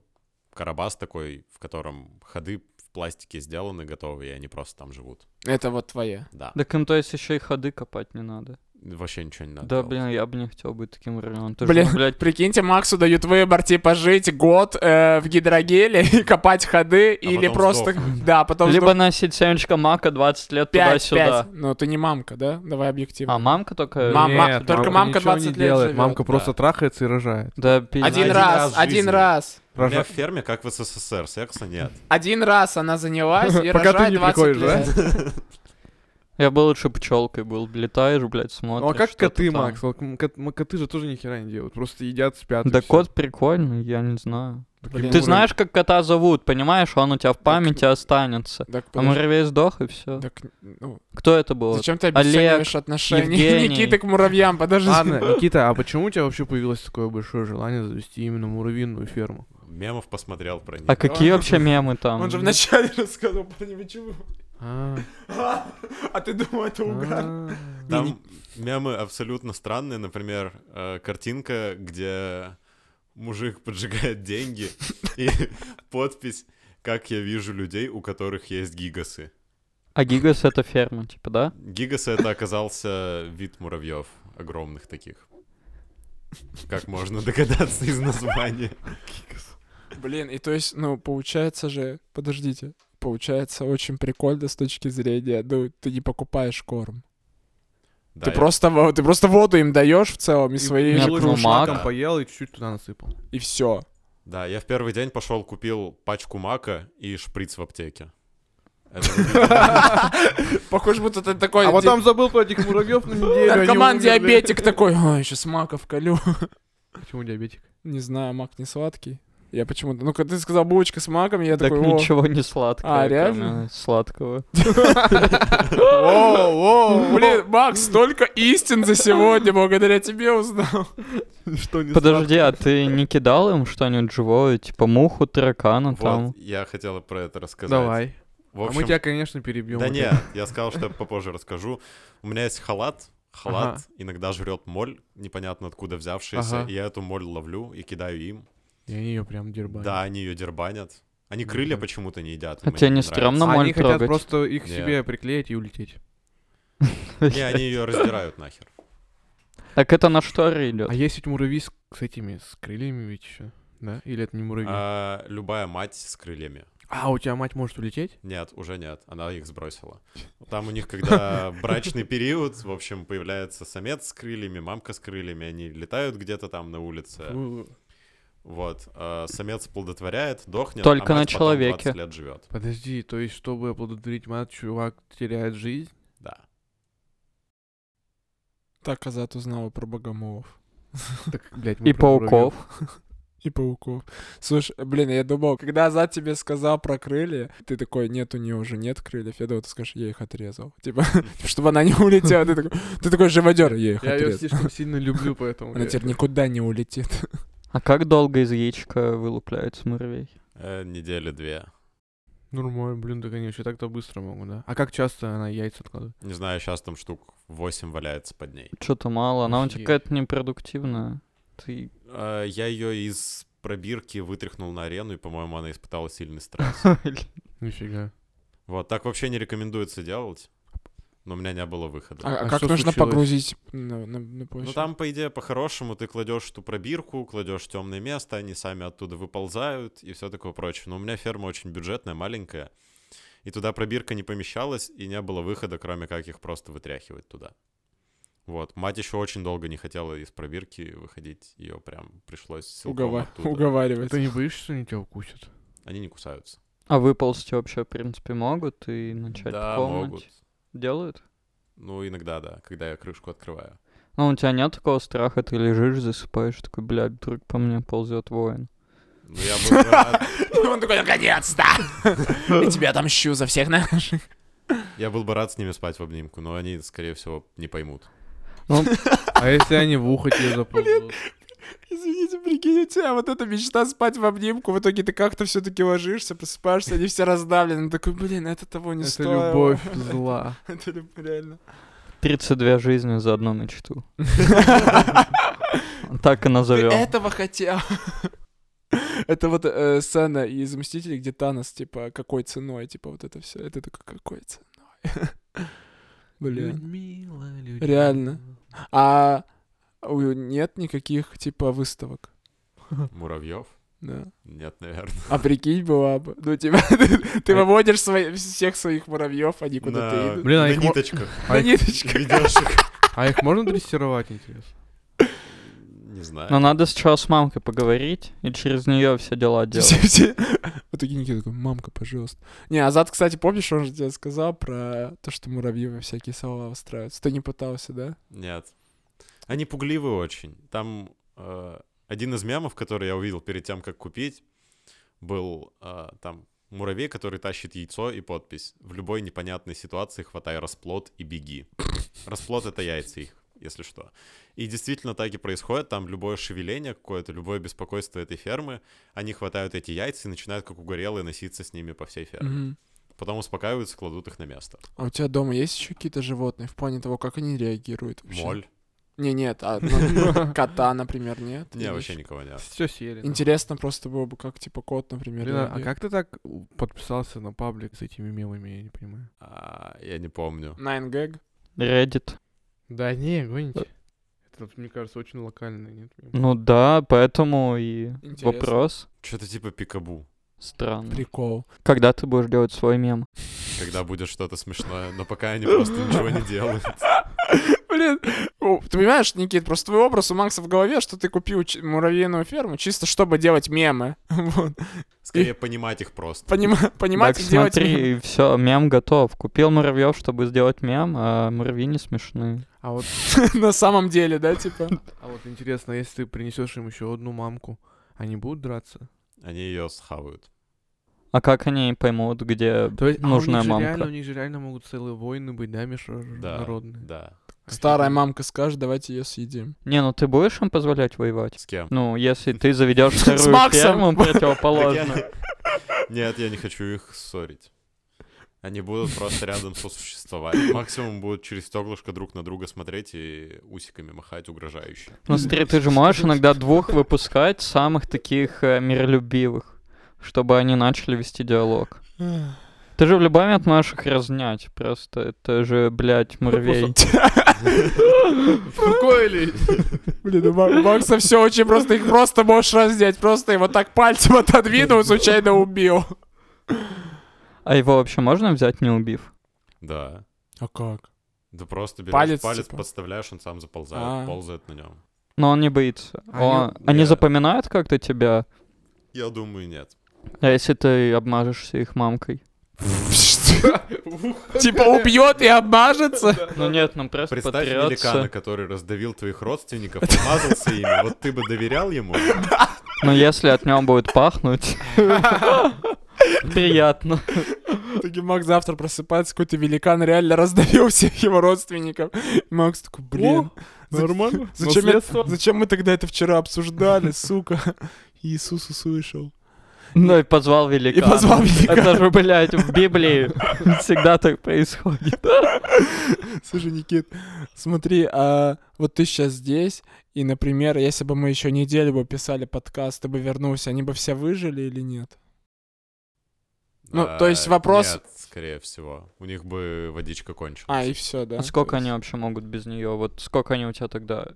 S4: карабас такой, в котором ходы в пластике сделаны, готовы, и они просто там живут.
S1: Это вот твоя.
S4: Да,
S2: Так им то есть еще и ходы копать не надо.
S4: вообще ничего не надо.
S2: Да,
S4: делать.
S2: блин, я бы не хотел быть таким районом. Ты
S1: Блин.
S2: Же, блядь,
S1: Прикиньте, Максу дают выбор, типа, жить год э, в гидрогеле и копать
S3: А
S1: ходы, или
S4: потом
S1: просто... Да, потом
S2: либо
S1: сдох-
S2: носить семечко мака 20 лет
S1: пять,
S2: туда-сюда.
S1: пять. Ну, ты не мамка, да? Давай объективно.
S2: А мамка только...
S1: Мам- мам-
S3: Э, Нет,
S1: только мамка
S3: ничего
S1: 20 лет
S3: не делает.
S1: живёт.
S3: Мамка просто
S4: Да.
S3: трахается и рожает.
S2: Да, пиздец.
S1: Один,
S4: один
S1: раз,
S4: раз в
S1: один
S4: жизни.
S1: раз.
S4: У меня в
S3: Рожа-
S4: ферме, как в СССР, секса нет.
S1: Один раз она занялась и
S3: Пока ты
S1: рожает
S3: не
S1: 20
S3: приходишь,
S1: лет.
S2: Я бы лучше пчелкой был. Летаешь, блядь, смотришь.
S3: Ну а как
S2: что-то
S3: коты,
S2: там.
S3: Макс? Вот м- кот- м- Коты же тоже ни хера не делают. Просто едят, спят. и
S2: Да
S3: всё.
S2: кот прикольный, я не знаю.
S3: Так
S1: Блин.
S3: ему
S2: Ты
S3: ры-
S2: знаешь, как кота зовут, понимаешь? Он у тебя в памяти останется.
S1: Так,
S2: А
S1: подожди,
S2: муравей сдох и все.
S1: так, ну,
S2: Кто это был?
S1: зачем ты
S2: Олег,
S1: обесцениваешь отношения
S2: Евгений.
S1: Никиты к муравьям? Подожди.
S3: Ладно, Никита, а почему у тебя вообще появилось такое большое желание завести именно муравьиную ферму?
S4: Мемов посмотрел про них.
S2: А какие вообще мемы там?
S1: Он же вначале рассказал про него чего.
S3: А,
S1: А ты думал, это угар?
S3: а.
S4: Ну, Там мемы абсолютно странные, например, э, картинка, где мужик поджигает деньги и подпись «Как я вижу людей, у которых есть гигасы».
S2: А гигас это ферма, типа, да?
S4: Гигасы — это оказался вид муравьев огромных таких. Как можно догадаться из названия.
S1: Блин, и то есть, ну, получается же, подождите, получается очень прикольно с точки зрения, ну, ты не покупаешь корм.
S4: Да,
S1: Ты
S4: я-
S1: просто, во- ты просто воду им даешь в целом и свои
S2: Нет,
S1: же
S2: ну,
S1: кружки,
S2: маком
S3: маком поел и чуть-чуть туда насыпал.
S1: и все.
S4: Да, я в первый день пошел, купил пачку мака и шприц в аптеке. Это выглядит-
S1: Похоже, будто ты такой...
S3: А потом забыл про этих муравьев на неделю. они
S1: Наркоман,
S3: умерли.
S1: диабетик такой, «А, ой, сейчас мака вколю.
S3: Почему диабетик?
S1: Не знаю, мак не сладкий. Я почему-то... Ну, когда ты сказал булочка с маком, я
S2: Так
S1: такой, «О,
S2: ничего не сладкого.
S1: А, реально?
S2: кроме Сладкого.
S3: Воу,
S1: блин, Макс, столько истин за сегодня благодаря тебе узнал.
S3: что не
S2: Подожди, а ты не кидал им что-нибудь живое? Типа муху, таракана там?
S4: Вот, я хотел про это рассказать.
S3: Давай.
S4: В
S3: А мы
S4: общем,
S3: тебя, конечно, перебьем.
S4: Да нет, я сказал, что я попозже расскажу. У меня есть халат. Халат
S3: Ага.
S4: иногда жрет моль, непонятно откуда взявшаяся.
S3: Ага.
S4: И я эту моль ловлю и кидаю им.
S3: И они ее прям дербанят.
S4: Да, они ее дербанят. Они крылья
S3: Мгм.
S4: почему-то не едят.
S2: А
S4: им
S2: тебе
S4: они
S2: не
S4: нравятся.
S2: стрёмно,
S3: А Они
S2: Моль
S3: хотят
S2: трогать.
S3: просто их
S4: Не.
S3: себе приклеить и улететь.
S4: Не, они ее раздирают нахер.
S2: Так это на шторы идет.
S3: А есть ведь муравьи с, с этими, с крыльями ведь еще, да? Или это не муравьи? А,
S4: А, любая мать с крыльями.
S3: у тебя мать может улететь?
S4: Нет, уже нет. Она их сбросила. Там у них, когда брачный период, в общем, появляется самец с крыльями, мамка с крыльями, они летают где-то там на улице.
S3: Фу,
S4: Вот. а самец плодотворяет, дохнет. а
S2: Только на
S4: мать потом
S2: человеке.
S4: 20 лет живет.
S3: Подожди, то есть, чтобы оплодотворить мать, чувак теряет жизнь?
S4: Да.
S1: Так Азат узнала про богомолов
S3: Так, блядь, мы
S2: И
S3: про муравьев.
S2: пауков.
S1: и пауков. Слушай, блин, я думал, когда Азат тебе сказал про крылья, ты такой, нет, у нее уже нет крыльев. Я думал, ты скажешь, я их отрезал. Типа, чтобы она не улетела. Ты такой, ты такой живодер, я их
S3: Я ее
S1: отрезал.
S3: слишком сильно люблю, поэтому...
S1: Она
S3: я-
S1: теперь никуда не улетит.
S2: А как долго из яичка вылупляются муравей?
S4: Э, недели две.
S3: Нормально, блин, так они вообще так-то быстро могут, да? А как часто она яйца откладывает?
S4: Не знаю, сейчас там штук 8 валяется под ней.
S2: Что-то мало, она у тебя
S3: Офигеть.
S2: какая-то непродуктивная. Ты...
S4: Э, я ее из пробирки вытряхнул на арену, и, по-моему, она испытала сильный стресс.
S3: Нифига.
S4: Вот, так вообще не рекомендуется делать, но у меня не было выхода.
S1: А,
S3: А
S1: как
S3: что
S1: нужно
S3: случилось?
S1: погрузить на, на- на
S4: Ну
S1: площадь?
S4: там, по идее, по-хорошему, ты кладешь ту пробирку, кладешь темное место, они сами оттуда выползают и все такое прочее. Но у меня ферма очень бюджетная, маленькая, и туда пробирка не помещалась, и не было выхода, кроме как их просто вытряхивать туда. Вот. Мать еще очень долго не хотела из пробирки выходить. Ее прям пришлось силком
S1: Угова-
S4: оттуда.
S1: Уговаривать.
S3: А Ты не боишься, что они тебя укусят?
S4: Они не кусаются.
S2: А выползти вообще, в принципе, могут и начать
S4: да,
S2: комнать?
S4: могут.
S2: Делают?
S4: Ну, иногда, да, когда я крышку открываю.
S2: Ну, у тебя нет такого страха, ты лежишь, засыпаешь, такой, блядь, вдруг по мне ползет воин.
S4: Ну, я был бы рад,
S1: Он такой, наконец-то! Я тебя отомщу за всех наших.
S4: я был бы рад с ними спать в обнимку, но они, скорее всего, не поймут.
S3: А если они в ухо тебе заползут?
S1: Извините, прикиньте, а вот эта мечта спать в обнимку, в итоге ты как-то все таки ложишься, просыпаешься, они все раздавлены. Он Такой, блин, это того не
S3: Это
S1: стоило.
S3: любовь зла.
S1: Это люб- реально.
S2: 32 жизни за одну мечту. Так и назовем.
S1: этого хотел. Это вот э, сцена из «Мстителей», где Танос, типа, какой ценой, типа, вот это все. Это такой, какой ценой. Блин.
S3: Людмила, Людмила.
S1: Реально. А у- нет никаких, типа, выставок,
S4: Муравьев?
S1: да.
S4: Нет, наверное.
S1: А прикинь, была бы. Ну, типа, ты, ты выводишь свои- всех своих муравьев, они куда-то
S4: На,
S1: идут.
S3: Блин, а
S4: на
S3: их мо-
S4: ниточках
S1: На
S3: А их-
S1: ниточках.
S4: ведешь их.
S3: а их можно дрессировать, интересно?
S4: Не
S2: Но
S3: Ну,
S4: знаю.
S2: надо сначала с мамкой поговорить, и через нее все дела
S1: Все-
S2: делать.
S1: все- В итоге Никита такой, мамка, пожалуйста. Не, Азат, кстати, помнишь, он же тебе сказал про то, что муравьи во всякие слова устраиваются. Ты не пытался, да?
S3: ну.
S4: Нет. Они пугливы очень. Там э, один из мемов, который я увидел перед тем, как купить, был э, там муравей, который тащит яйцо и подпись. В любой непонятной ситуации хватай расплод и беги. Расплод — это яйца их, если что. И действительно так и происходит. Там любое шевеление какое-то, любое беспокойство этой фермы, они хватают эти яйца и начинают как угорелые носиться с ними по всей ферме.
S1: Мгм.
S4: потом успокаиваются, кладут их на место.
S1: А у тебя дома есть еще какие-то животные в плане того, как они реагируют вообще?
S4: Моль.
S1: Не, нет, а ну, кота, например, нет?
S4: Не,
S1: Или
S4: вообще
S1: еще?
S4: никого нет.
S3: Все съели. да.
S1: Интересно просто было бы, как, типа, кот, например,
S3: Блин, а
S1: реагирует.
S3: как ты так подписался на паблик с этими мемами, я не понимаю.
S4: А, Я не помню.
S1: Nine gag?
S2: Reddit.
S3: Да не, гоните. Это, мне кажется, очень локально, нет?
S2: Ну да, поэтому и
S1: Интересно.
S2: вопрос
S4: Что-то типа пикабу.
S2: странный.
S1: Прикол.
S2: Когда ты будешь делать свой мем?
S4: Когда будет что-то смешное, но пока они просто ничего не делают.
S1: Блин, о, ты понимаешь, Никит, просто твой образ у Макса в голове, что ты купил чи- муравьиную ферму чисто чтобы делать мемы. Вот.
S4: Скорее понимать их просто.
S1: Понима- Понимать
S2: так
S1: и делать мемы.
S2: смотри,
S4: типа.
S2: все, мем готов. Купил муравьев, чтобы сделать мем, а муравьи не смешные.
S3: А вот,
S1: На самом деле, да, типа?
S3: а вот интересно, если ты принесешь им еще одну мамку, они будут драться?
S4: Они ее схавают.
S2: А как они поймут, где
S3: То есть, а у
S2: нужная
S3: них же
S2: мамка?
S3: Реально, у них же реально могут целые войны быть, да,
S4: Да,
S3: международные?
S4: да.
S1: Старая
S3: Офигеть.
S1: мамка скажет, давайте ее съедим.
S2: Не, ну ты будешь им позволять воевать?
S4: С кем?
S2: Ну, если ты заведешь
S1: С
S2: вторую
S1: Максом!
S2: ферму
S4: Так
S2: противоположную.
S4: я- Нет, я не хочу их ссорить. Они будут просто рядом сосуществовать. Максимум будут через стеклышко друг на друга смотреть и усиками махать угрожающе.
S2: Ну смотри, ты же можешь иногда двух выпускать, самых таких э, миролюбивых, чтобы они начали вести диалог. Ты же в любой момент можешь их разнять, просто это же, блядь, муравей.
S3: Успокоились.
S1: Блин, ну у Мак- у Макса все очень просто, их просто можешь раздеть, просто его так пальцем отодвинул, случайно убил.
S2: А его вообще можно взять, не убив?
S4: Да.
S1: А как?
S4: Да просто берешь
S1: Палец,
S4: палец,
S1: типа?
S4: подставляешь, он сам заползает,
S1: А.
S4: ползает на нем.
S2: Но он А не боится.
S3: Они-
S2: Он- Они
S4: Я-
S2: запоминают как-то тебя,
S4: Я думаю, нет.
S2: а если ты обмажешься их мамкой?
S1: Типа убьет и обмажется?
S2: Ну нет, ну просто
S4: Представь великана,
S2: потрется.
S4: который раздавил твоих родственников, помазался ими. Вот ты бы доверял ему?
S2: Но если от него будет пахнуть, приятно.
S1: В итоге Макс завтра просыпается, какой-то великан реально раздавил всех его родственников. И Макс такой, блин, за-
S3: Нормально.
S1: зачем, я- зачем мы тогда это вчера обсуждали, сука? Иисус услышал.
S2: Ну и позвал великана.
S1: И позвал великана.
S2: Это же, блядь, в Библии всегда так происходит.
S1: Слушай, Никит, смотри, а вот ты сейчас здесь, и, например, если бы мы еще неделю бы писали подкаст, ты бы вернулся, они бы все выжили или нет? Ну,
S4: Да,
S1: то есть вопрос-
S4: А, Нет, скорее всего. У них бы водичка кончилась.
S1: А, и все, да.
S2: А сколько они вообще могут без нее? Вот сколько они у тебя тогда?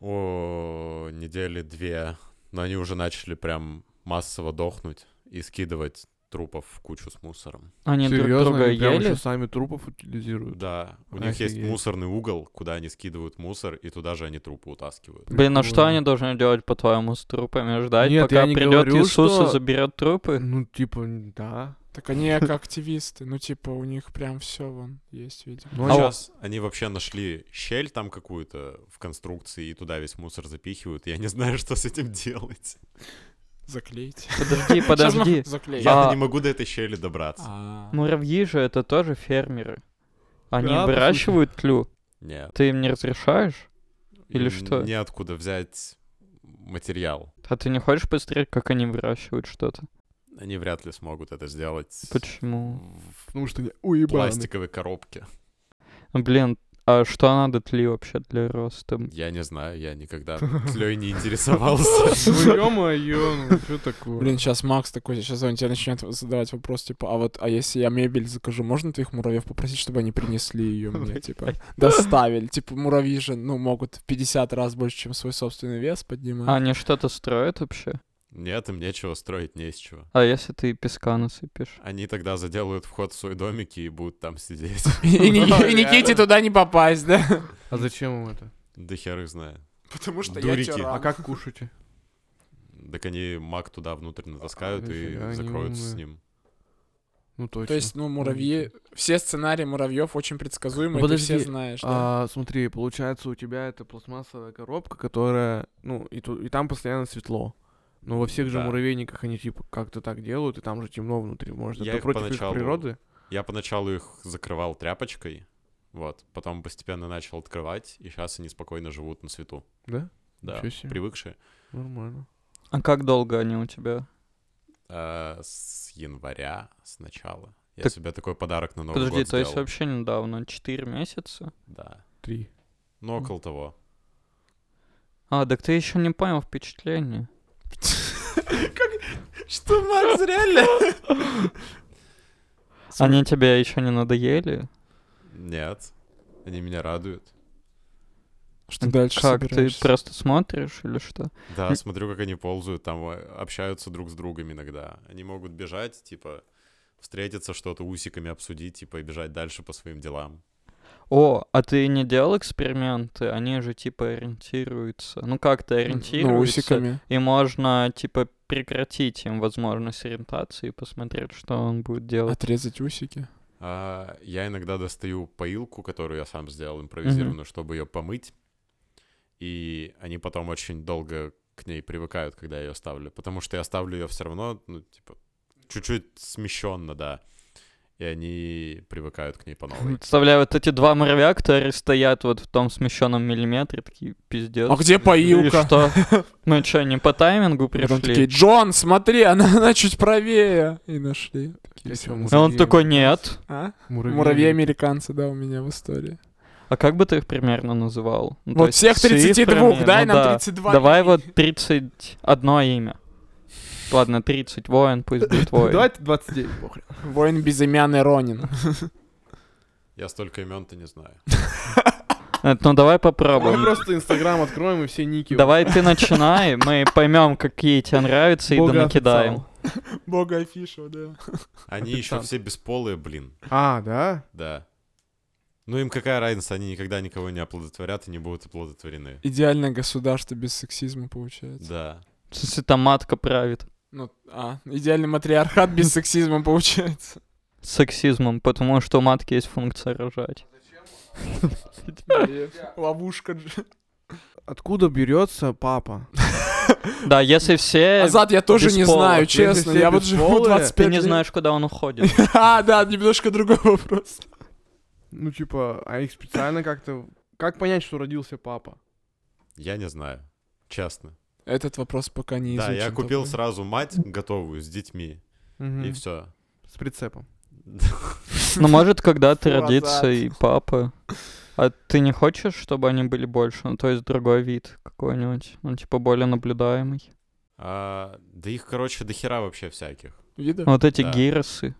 S4: О, недели две. Но они уже начали прям массово дохнуть и скидывать трупов в кучу с мусором.
S2: Они друг
S3: Серьезно,
S2: друга
S3: они прям
S2: ели?
S3: еще сами трупов утилизируют.
S4: Да, у них есть
S3: Офигеть.
S4: мусорный угол, куда они скидывают мусор, и туда же они трупы утаскивают.
S2: Блин, а что
S3: Прикольно.
S2: они должны делать, по-твоему, с трупами? Ждать,
S3: Нет,
S2: пока
S3: я не
S2: придет
S3: говорю,
S2: Иисус
S3: что-
S2: и заберет трупы?
S3: Ну, типа, да.
S1: Так они как активисты, ну типа у них прям все вон есть, видимо.
S3: Ну,
S2: А
S3: они-
S4: Сейчас они вообще нашли щель там какую-то в конструкции, и туда весь мусор запихивают. Я не знаю, что с этим делать.
S1: Заклеить.
S2: Подожди,
S1: Сейчас мы
S2: подожди.
S1: Заклеить.
S4: Я
S2: А.
S4: не могу до этой щели добраться.
S1: А.
S2: Муравьи же это тоже фермеры. Они
S3: Да, по сути.
S2: выращивают клю.
S4: Нет.
S2: Ты им не разрешаешь? Или
S4: М,
S2: что?
S4: Неоткуда взять материал.
S2: А ты не хочешь посмотреть, как они выращивают что-то?
S4: Они вряд ли смогут это сделать
S2: Почему?
S4: в
S3: Потому что они уебаны.
S4: пластиковой коробке.
S2: Блин, а что надо тли вообще для роста?
S4: Я не знаю, я никогда тлей не интересовался.
S3: Ну, ё-моё, ну что такое?
S1: Блин, сейчас Макс такой, сейчас он тебе начнет задавать вопрос, типа, а вот, а если я мебель закажу, можно твоих муравьев попросить, чтобы они принесли ее мне, типа, доставили? Типа, муравьи же, ну, могут в 50 раз больше, чем свой собственный вес
S2: А
S1: поднимать.
S2: они что-то строят вообще?
S4: Нет, им нечего строить, не из чего.
S2: А если ты песка насыпешь?
S4: Они тогда заделают вход в свой домики и будут там сидеть.
S3: А,
S1: И Ни-
S3: Да,
S1: и Никите
S3: реально.
S1: туда не попасть, да?
S3: А зачем им это?
S4: Да хер их знает.
S1: Потому что
S4: Дурики.
S1: я тиран.
S4: А
S3: А как кушаете?
S4: Так они маг туда внутрь натаскают и
S3: А, Нифига, они
S4: закроются с
S3: умные.
S4: ним.
S3: Ну, точно.
S1: То есть, ну, муравьи, все сценарии муравьев очень предсказуемы,
S3: Ну,
S1: и ты все
S3: подожди,
S1: знаешь, да?
S3: А, смотри, получается, у тебя это пластмассовая коробка, которая, ну, и, ту- и там постоянно светло. Но во всех же
S4: Да.
S3: муравейниках они типа как-то так делают, и там же темно внутри. Может,
S4: Я
S3: это
S4: их
S3: против
S4: поначалу-
S3: их природы?
S4: Я поначалу их закрывал тряпочкой, вот, потом постепенно начал открывать, и сейчас они спокойно живут на свету.
S3: Да?
S4: Да,
S3: Ничего себе.
S4: привыкшие.
S3: Нормально.
S2: А как долго они у тебя?
S4: А, с января сначала. Я
S2: Так-
S4: себе такой подарок на Новый
S2: Подожди,
S4: Ну, год
S2: то есть
S4: сделал.
S2: вообще недавно, 4 месяца?
S4: Да.
S3: Три.
S4: Ну, около того.
S2: А, так ты еще не понял впечатление.
S4: Что, Макс, реально?
S1: А
S2: Они тебе еще не надоели?
S4: Нет. Они меня радуют.
S1: Что дальше
S2: Как, ты
S1: собираешься?
S2: просто смотришь или что?
S4: Да,
S2: М.
S4: смотрю, как они ползают, там э, общаются друг с другом иногда. Они могут бежать, типа, встретиться, что-то усиками обсудить, типа, и бежать дальше по своим делам.
S2: О, а ты не делал эксперименты? Они же типа ориентируются. Ну как-то ориентируются.
S1: Ну, усиками.
S2: И можно типа прекратить им возможность ориентации и посмотреть, что он будет делать.
S1: Отрезать усики.
S4: А, я иногда достаю поилку, которую я сам сделал, импровизированную, чтобы ее помыть. И они потом очень долго к ней привыкают, когда я ее ставлю. Потому что я ставлю ее все равно, ну, типа, чуть-чуть смещенно, да. И они привыкают к ней по новой.
S2: Представляю, вот эти два муравья, которые стоят вот в том смещенном миллиметре, такие пиздец.
S1: А где
S2: И
S1: поилка?
S2: что? Мы что, не по таймингу
S1: Потом такие,
S2: пришли?
S1: Джон, смотри, она, она чуть правее. И нашли. Такие,
S3: Я
S1: всё,
S3: тебя
S1: мы-
S2: А он такой, нет.
S1: А?
S3: Муравьи.
S1: Муравьи-американцы, да, у меня в истории.
S2: А как бы ты их примерно называл? Ну, то
S1: Вот
S2: есть
S1: всех
S2: с цифрами,
S1: 32, дай
S2: ну
S1: нам
S2: да.
S1: 32.
S2: Давай вот 31 имя. Ладно, 30 воин, пусть будет воин.
S3: Давайте 29, похрен.
S1: Воин безымянный Ронин.
S4: Я столько имен-то не знаю.
S2: Э, Ну давай
S3: Мы
S2: попробуем.
S3: просто Инстаграм откроем и все ники.
S2: Давай ты начинай, мы поймем, какие тебе нравятся, и
S3: Бога
S2: донакидаем.
S3: официал.
S1: Бога Афиша, да.
S4: Они еще
S3: Официант.
S4: все бесполые, блин.
S3: А, да?
S4: Да. Ну им какая разница, они никогда никого не оплодотворят и не будут оплодотворены.
S1: Идеальное государство без сексизма получается.
S4: Да.
S2: В смысле, там матка правит.
S1: Ну, а, идеальный матриархат без сексизма получается.
S2: С сексизмом, потому что у матки есть функция рожать.
S1: Ловушка.
S3: Откуда берется папа?
S2: Да, если все...
S1: Назад А я тоже не
S2: бесполые.
S1: знаю,
S3: Если
S1: честно.
S3: все
S1: Я вот живу
S3: бесполые,
S1: 25
S2: Ты не
S1: лет.
S2: знаешь, куда он уходит.
S1: А, да, немножко другой вопрос.
S3: Ну, типа, а их специально как-то... Как понять, что родился папа?
S4: Я не знаю. Честно.
S1: Этот вопрос пока не
S4: да,
S1: изучен.
S4: я купил
S1: тобой.
S4: сразу мать готовую с детьми. И
S3: Мгм.
S4: все.
S3: С прицепом.
S2: Ну, может, когда-то
S1: Фу,
S2: родится
S1: азарт.
S2: и папа. А ты не хочешь, чтобы они были больше? Ну, то есть другой вид какой-нибудь. Ну, типа, более наблюдаемый.
S4: А, да их, короче, до хера вообще всяких.
S1: Видно?
S2: Вот эти
S4: Да.
S2: гиросы.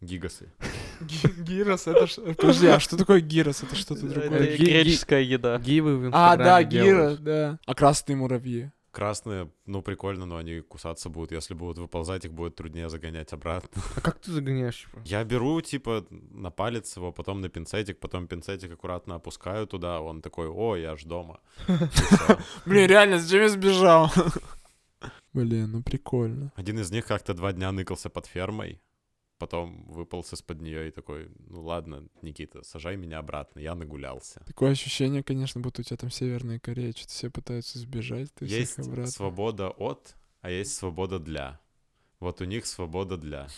S4: Гигасы.
S1: Гирос, это ж... Подожди, а что такое гирос? Это что-то
S3: Это
S1: другое.
S2: Это
S3: ги-
S2: греческая еда.
S3: Гивы в
S1: А, да, гирос,
S3: делают.
S1: да. А красные муравьи.
S4: Красные, ну прикольно, но они кусаться будут. Если будут выползать, их будет труднее загонять обратно.
S3: А как ты загоняешь, типа?
S4: Я беру, типа, на палец его, потом на пинцетик, потом пинцетик аккуратно опускаю туда. Он такой, о, я ж дома. И всё.
S1: Блин, реально, зачем я сбежал? Блин, ну прикольно.
S4: Один из них как-то два дня ныкался под фермой, потом выполз из-под нее и такой, ну ладно, Никита, сажай меня обратно, я нагулялся.
S1: Такое ощущение, конечно, будто у тебя там Северная Корея, что-то все пытаются сбежать, ты
S4: есть
S1: всех обратно.
S4: свобода от, а есть свобода для. Вот у них свобода для.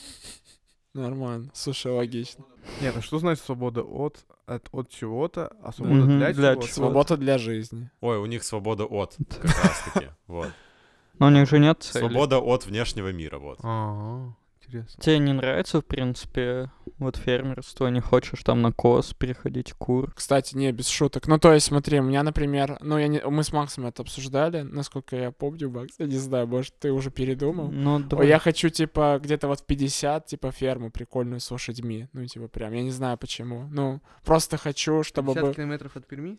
S1: Нормально, слушай, логично.
S3: Нет, а что значит свобода от, от, от чего-то, а
S2: Да.
S3: свобода
S2: Мгм, для
S3: для, чего-то?
S2: чего-то.
S1: Свобода для жизни.
S4: Ой, у них свобода от, как раз таки. Вот.
S2: Но у них же нет цели.
S4: Свобода от внешнего мира, вот.
S1: А
S3: Ага, А, интересно.
S2: Тебе не нравится, в принципе, вот фермерство, не хочешь там на коз переходить кур.
S1: Кстати, не, без шуток. Ну, то есть, смотри, у меня, например, ну, я не... мы с Максом это обсуждали, насколько я помню, Макс, я не знаю, может, ты уже передумал.
S2: Ну,
S1: Ой,
S2: давай.
S1: я хочу, типа, где-то вот в 50, типа, ферму прикольную с лошадьми. Ну, типа, прям, я не знаю почему. Ну, просто хочу, чтобы...
S3: 50
S1: бы-
S3: километров от Перми?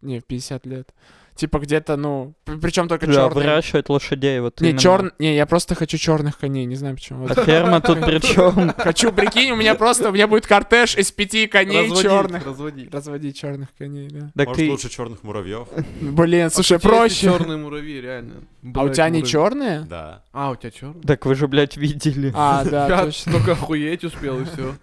S1: Не, в 50 лет. Типа, где-то, ну, причем только
S2: Да,
S1: черные.
S2: выращивать лошадей, вот
S1: Не,
S2: именно.
S1: черн... не, я просто хочу черных коней, не знаю почему.
S2: А
S1: Вот.
S2: ферма тут при чем?
S1: Хочу, прикинь, у меня просто, у меня будет кортеж из пяти коней
S3: Разводить,
S1: черных.
S3: разводить.
S1: Разводи черных коней, да.
S2: Так
S4: Может,
S2: ты...
S4: лучше черных муравьев?
S3: А
S1: Блин, слушай, проще.
S3: черные муравьи, реально.
S1: А у тебя не черные?
S4: Да.
S3: А, у тебя черные?
S2: Так вы же, блядь, видели.
S1: А, да,
S3: я
S1: точно.
S3: только охуеть успел, и все.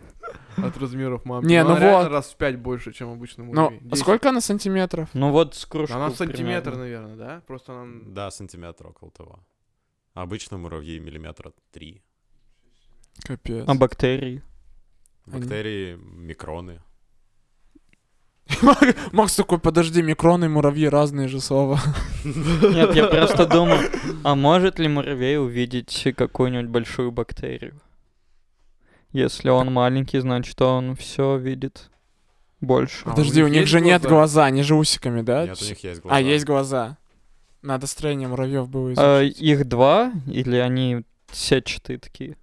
S3: От размеров мамки.
S1: Не,
S3: Но
S1: ну
S3: реально
S1: вот.
S3: раз в пять больше, чем обычный
S1: Ну,
S3: муравей.
S1: а
S3: 10.
S1: сколько она сантиметров?
S2: Ну вот с кружку
S3: Она в сантиметр,
S2: примерно.
S3: наверное, да? Просто она...
S4: Да, сантиметр около того. А Обычно муравьи миллиметра три.
S1: Капец.
S2: А бактерии?
S1: Они-
S4: Бактерии, микроны.
S1: Макс такой, подожди, микроны и муравьи разные же слова.
S2: Нет, я просто думал, а может ли муравей увидеть какую-нибудь большую бактерию? Если он маленький, значит он все видит больше.
S3: А, у
S1: Подожди,
S3: них
S1: у них
S3: есть
S1: же нет
S3: глаза?
S1: глаза, они же усиками, да?
S4: Нет, у них есть глаза.
S1: А, есть глаза. Надо строение муравьев было изучить.
S2: А, их два или они сетчатые такие?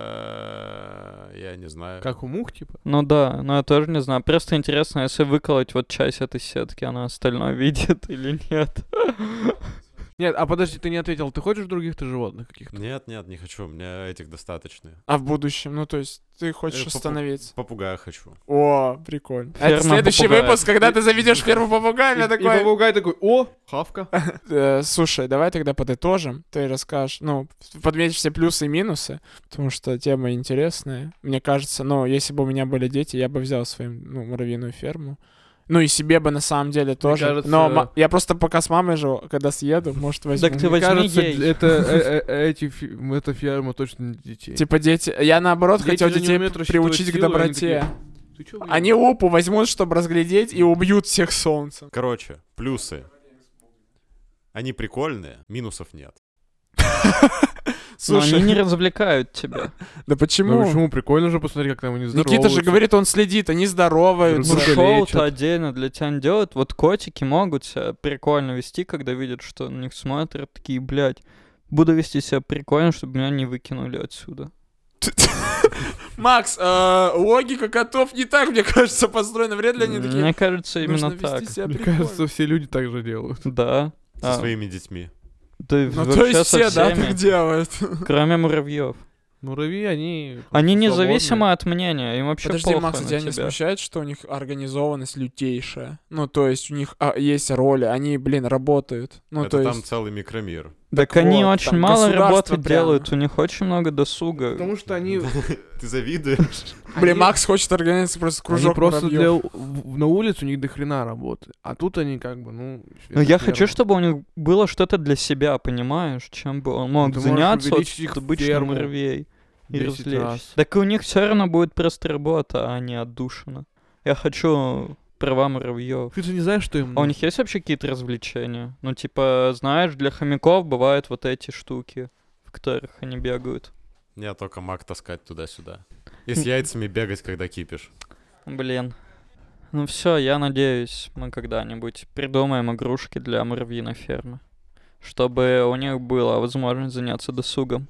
S4: Э, Я не знаю.
S3: Как у мух, типа.
S2: Ну да, но я тоже не знаю. Просто интересно, если выколоть вот часть этой сетки, она остальное видит или нет.
S3: Нет, а подожди, ты не ответил. Ты хочешь других-то животных каких-то?
S4: Нет, нет, не хочу, у меня этих достаточно.
S1: А в будущем, ну то есть ты
S4: Э,
S1: хочешь
S4: попу-
S1: остановиться.
S4: Попугая хочу.
S1: О, прикольно. Это
S2: Ферма
S1: следующий
S2: попугаев.
S1: выпуск, когда ты заведешь ферму попугая, я
S3: И- И
S1: такой...
S3: попугай такой, о, хавка.
S1: Э, Слушай, давай тогда подытожим. Ты расскажешь, ну, подметишь все плюсы и минусы, потому что тема интересная. Мне кажется, ну, если бы у меня были дети, я бы взял свою ну, муравьиную ферму. Ну и себе бы на самом деле тоже.
S3: кажется-
S1: Но ма- я просто пока с мамой живу, когда съеду, может возьму.
S2: Так ты возьми
S3: Кажется,
S2: ей.
S3: это, э, э, э, эти, фи- эта ферма точно не для детей.
S1: Типа дети. Я наоборот
S3: Дети
S1: хотел
S3: же не
S1: детей
S3: умеют рассчитывать
S1: приучить к
S3: силу, они
S1: доброте.
S3: такие, Ты чё, блин?
S1: Они опу возьмут, чтобы разглядеть, и убьют всех солнцем.
S4: Короче, плюсы. Они прикольные, минусов нет.
S2: Но
S1: Слушай,
S2: Ну, они не развлекают тебя.
S1: да
S3: Ну
S1: почему?
S3: почему? Прикольно же, посмотри, как там они здороваются.
S1: Никита же говорит, он следит, они здороваются.
S2: Ну,
S3: Друг друга лечат.
S2: шоу-то отдельно для тебя не делают. Вот котики могут себя прикольно вести, когда видят, что на них смотрят, такие, блядь, буду вести себя прикольно, чтобы меня не выкинули отсюда.
S1: Макс, э, логика котов не так, мне кажется, построена. Вряд ли они такие.
S2: Мне кажется,
S1: «Нужно
S2: именно
S1: вести
S2: так.
S1: себя
S3: Мне
S1: прикольно».
S3: кажется, все люди так же делают.
S2: Да.
S4: Со
S2: А,
S4: своими детьми.
S2: Да и
S1: Ну,
S2: вообще
S1: то есть
S2: со
S1: все, да,
S2: всеми,
S1: так делают.
S2: кроме муравьев.
S3: Муравьи, Ну, они...
S2: Они
S3: свободны.
S2: независимы от мнения, им вообще
S1: Подожди,
S2: похуй
S1: Макс, а
S2: на
S1: тебя не
S2: тебя.
S1: смущает, что у них организованность лютейшая? Ну, то есть у них а, есть роли, они, блин, работают. Ну,
S4: Это
S1: то
S4: там
S1: есть...
S4: целый микромир.
S2: Так
S1: Так
S2: они
S1: вот,
S2: очень
S1: там
S2: мало
S1: государство
S2: работы
S1: прямо.
S2: делают, у них очень много досуга.
S3: Потому что они...
S4: Ты завидуешь?
S1: Блин,
S3: они-
S1: Макс хочет организовать просто
S3: Они
S1: кружок
S3: просто
S1: муравьёв.
S3: для, у- в- на улице у них дохрена работы. А тут они как бы, ну...
S2: Но я хочу, чтобы
S3: чтобы
S2: у них было что-то для себя, понимаешь, чем бы он мог
S3: Ну, ты можешь
S2: заняться вот
S3: увеличить их
S2: от обычных
S3: ферму
S2: муравей и
S3: 10
S2: развлечься.
S3: раз.
S2: Так у них все равно будет просто работа, а не отдушина. Я хочу права муравьев.
S3: Ты же не знаешь, что им...
S2: А у них есть вообще какие-то развлечения? Ну, типа, знаешь, для хомяков бывают вот эти штуки, в которых они бегают.
S4: Меня только маг таскать туда-сюда. И с яйцами бегать, когда кипишь.
S2: Блин. Ну все, я надеюсь, мы когда-нибудь придумаем игрушки для муравьиной фермы. Чтобы у них была возможность заняться досугом.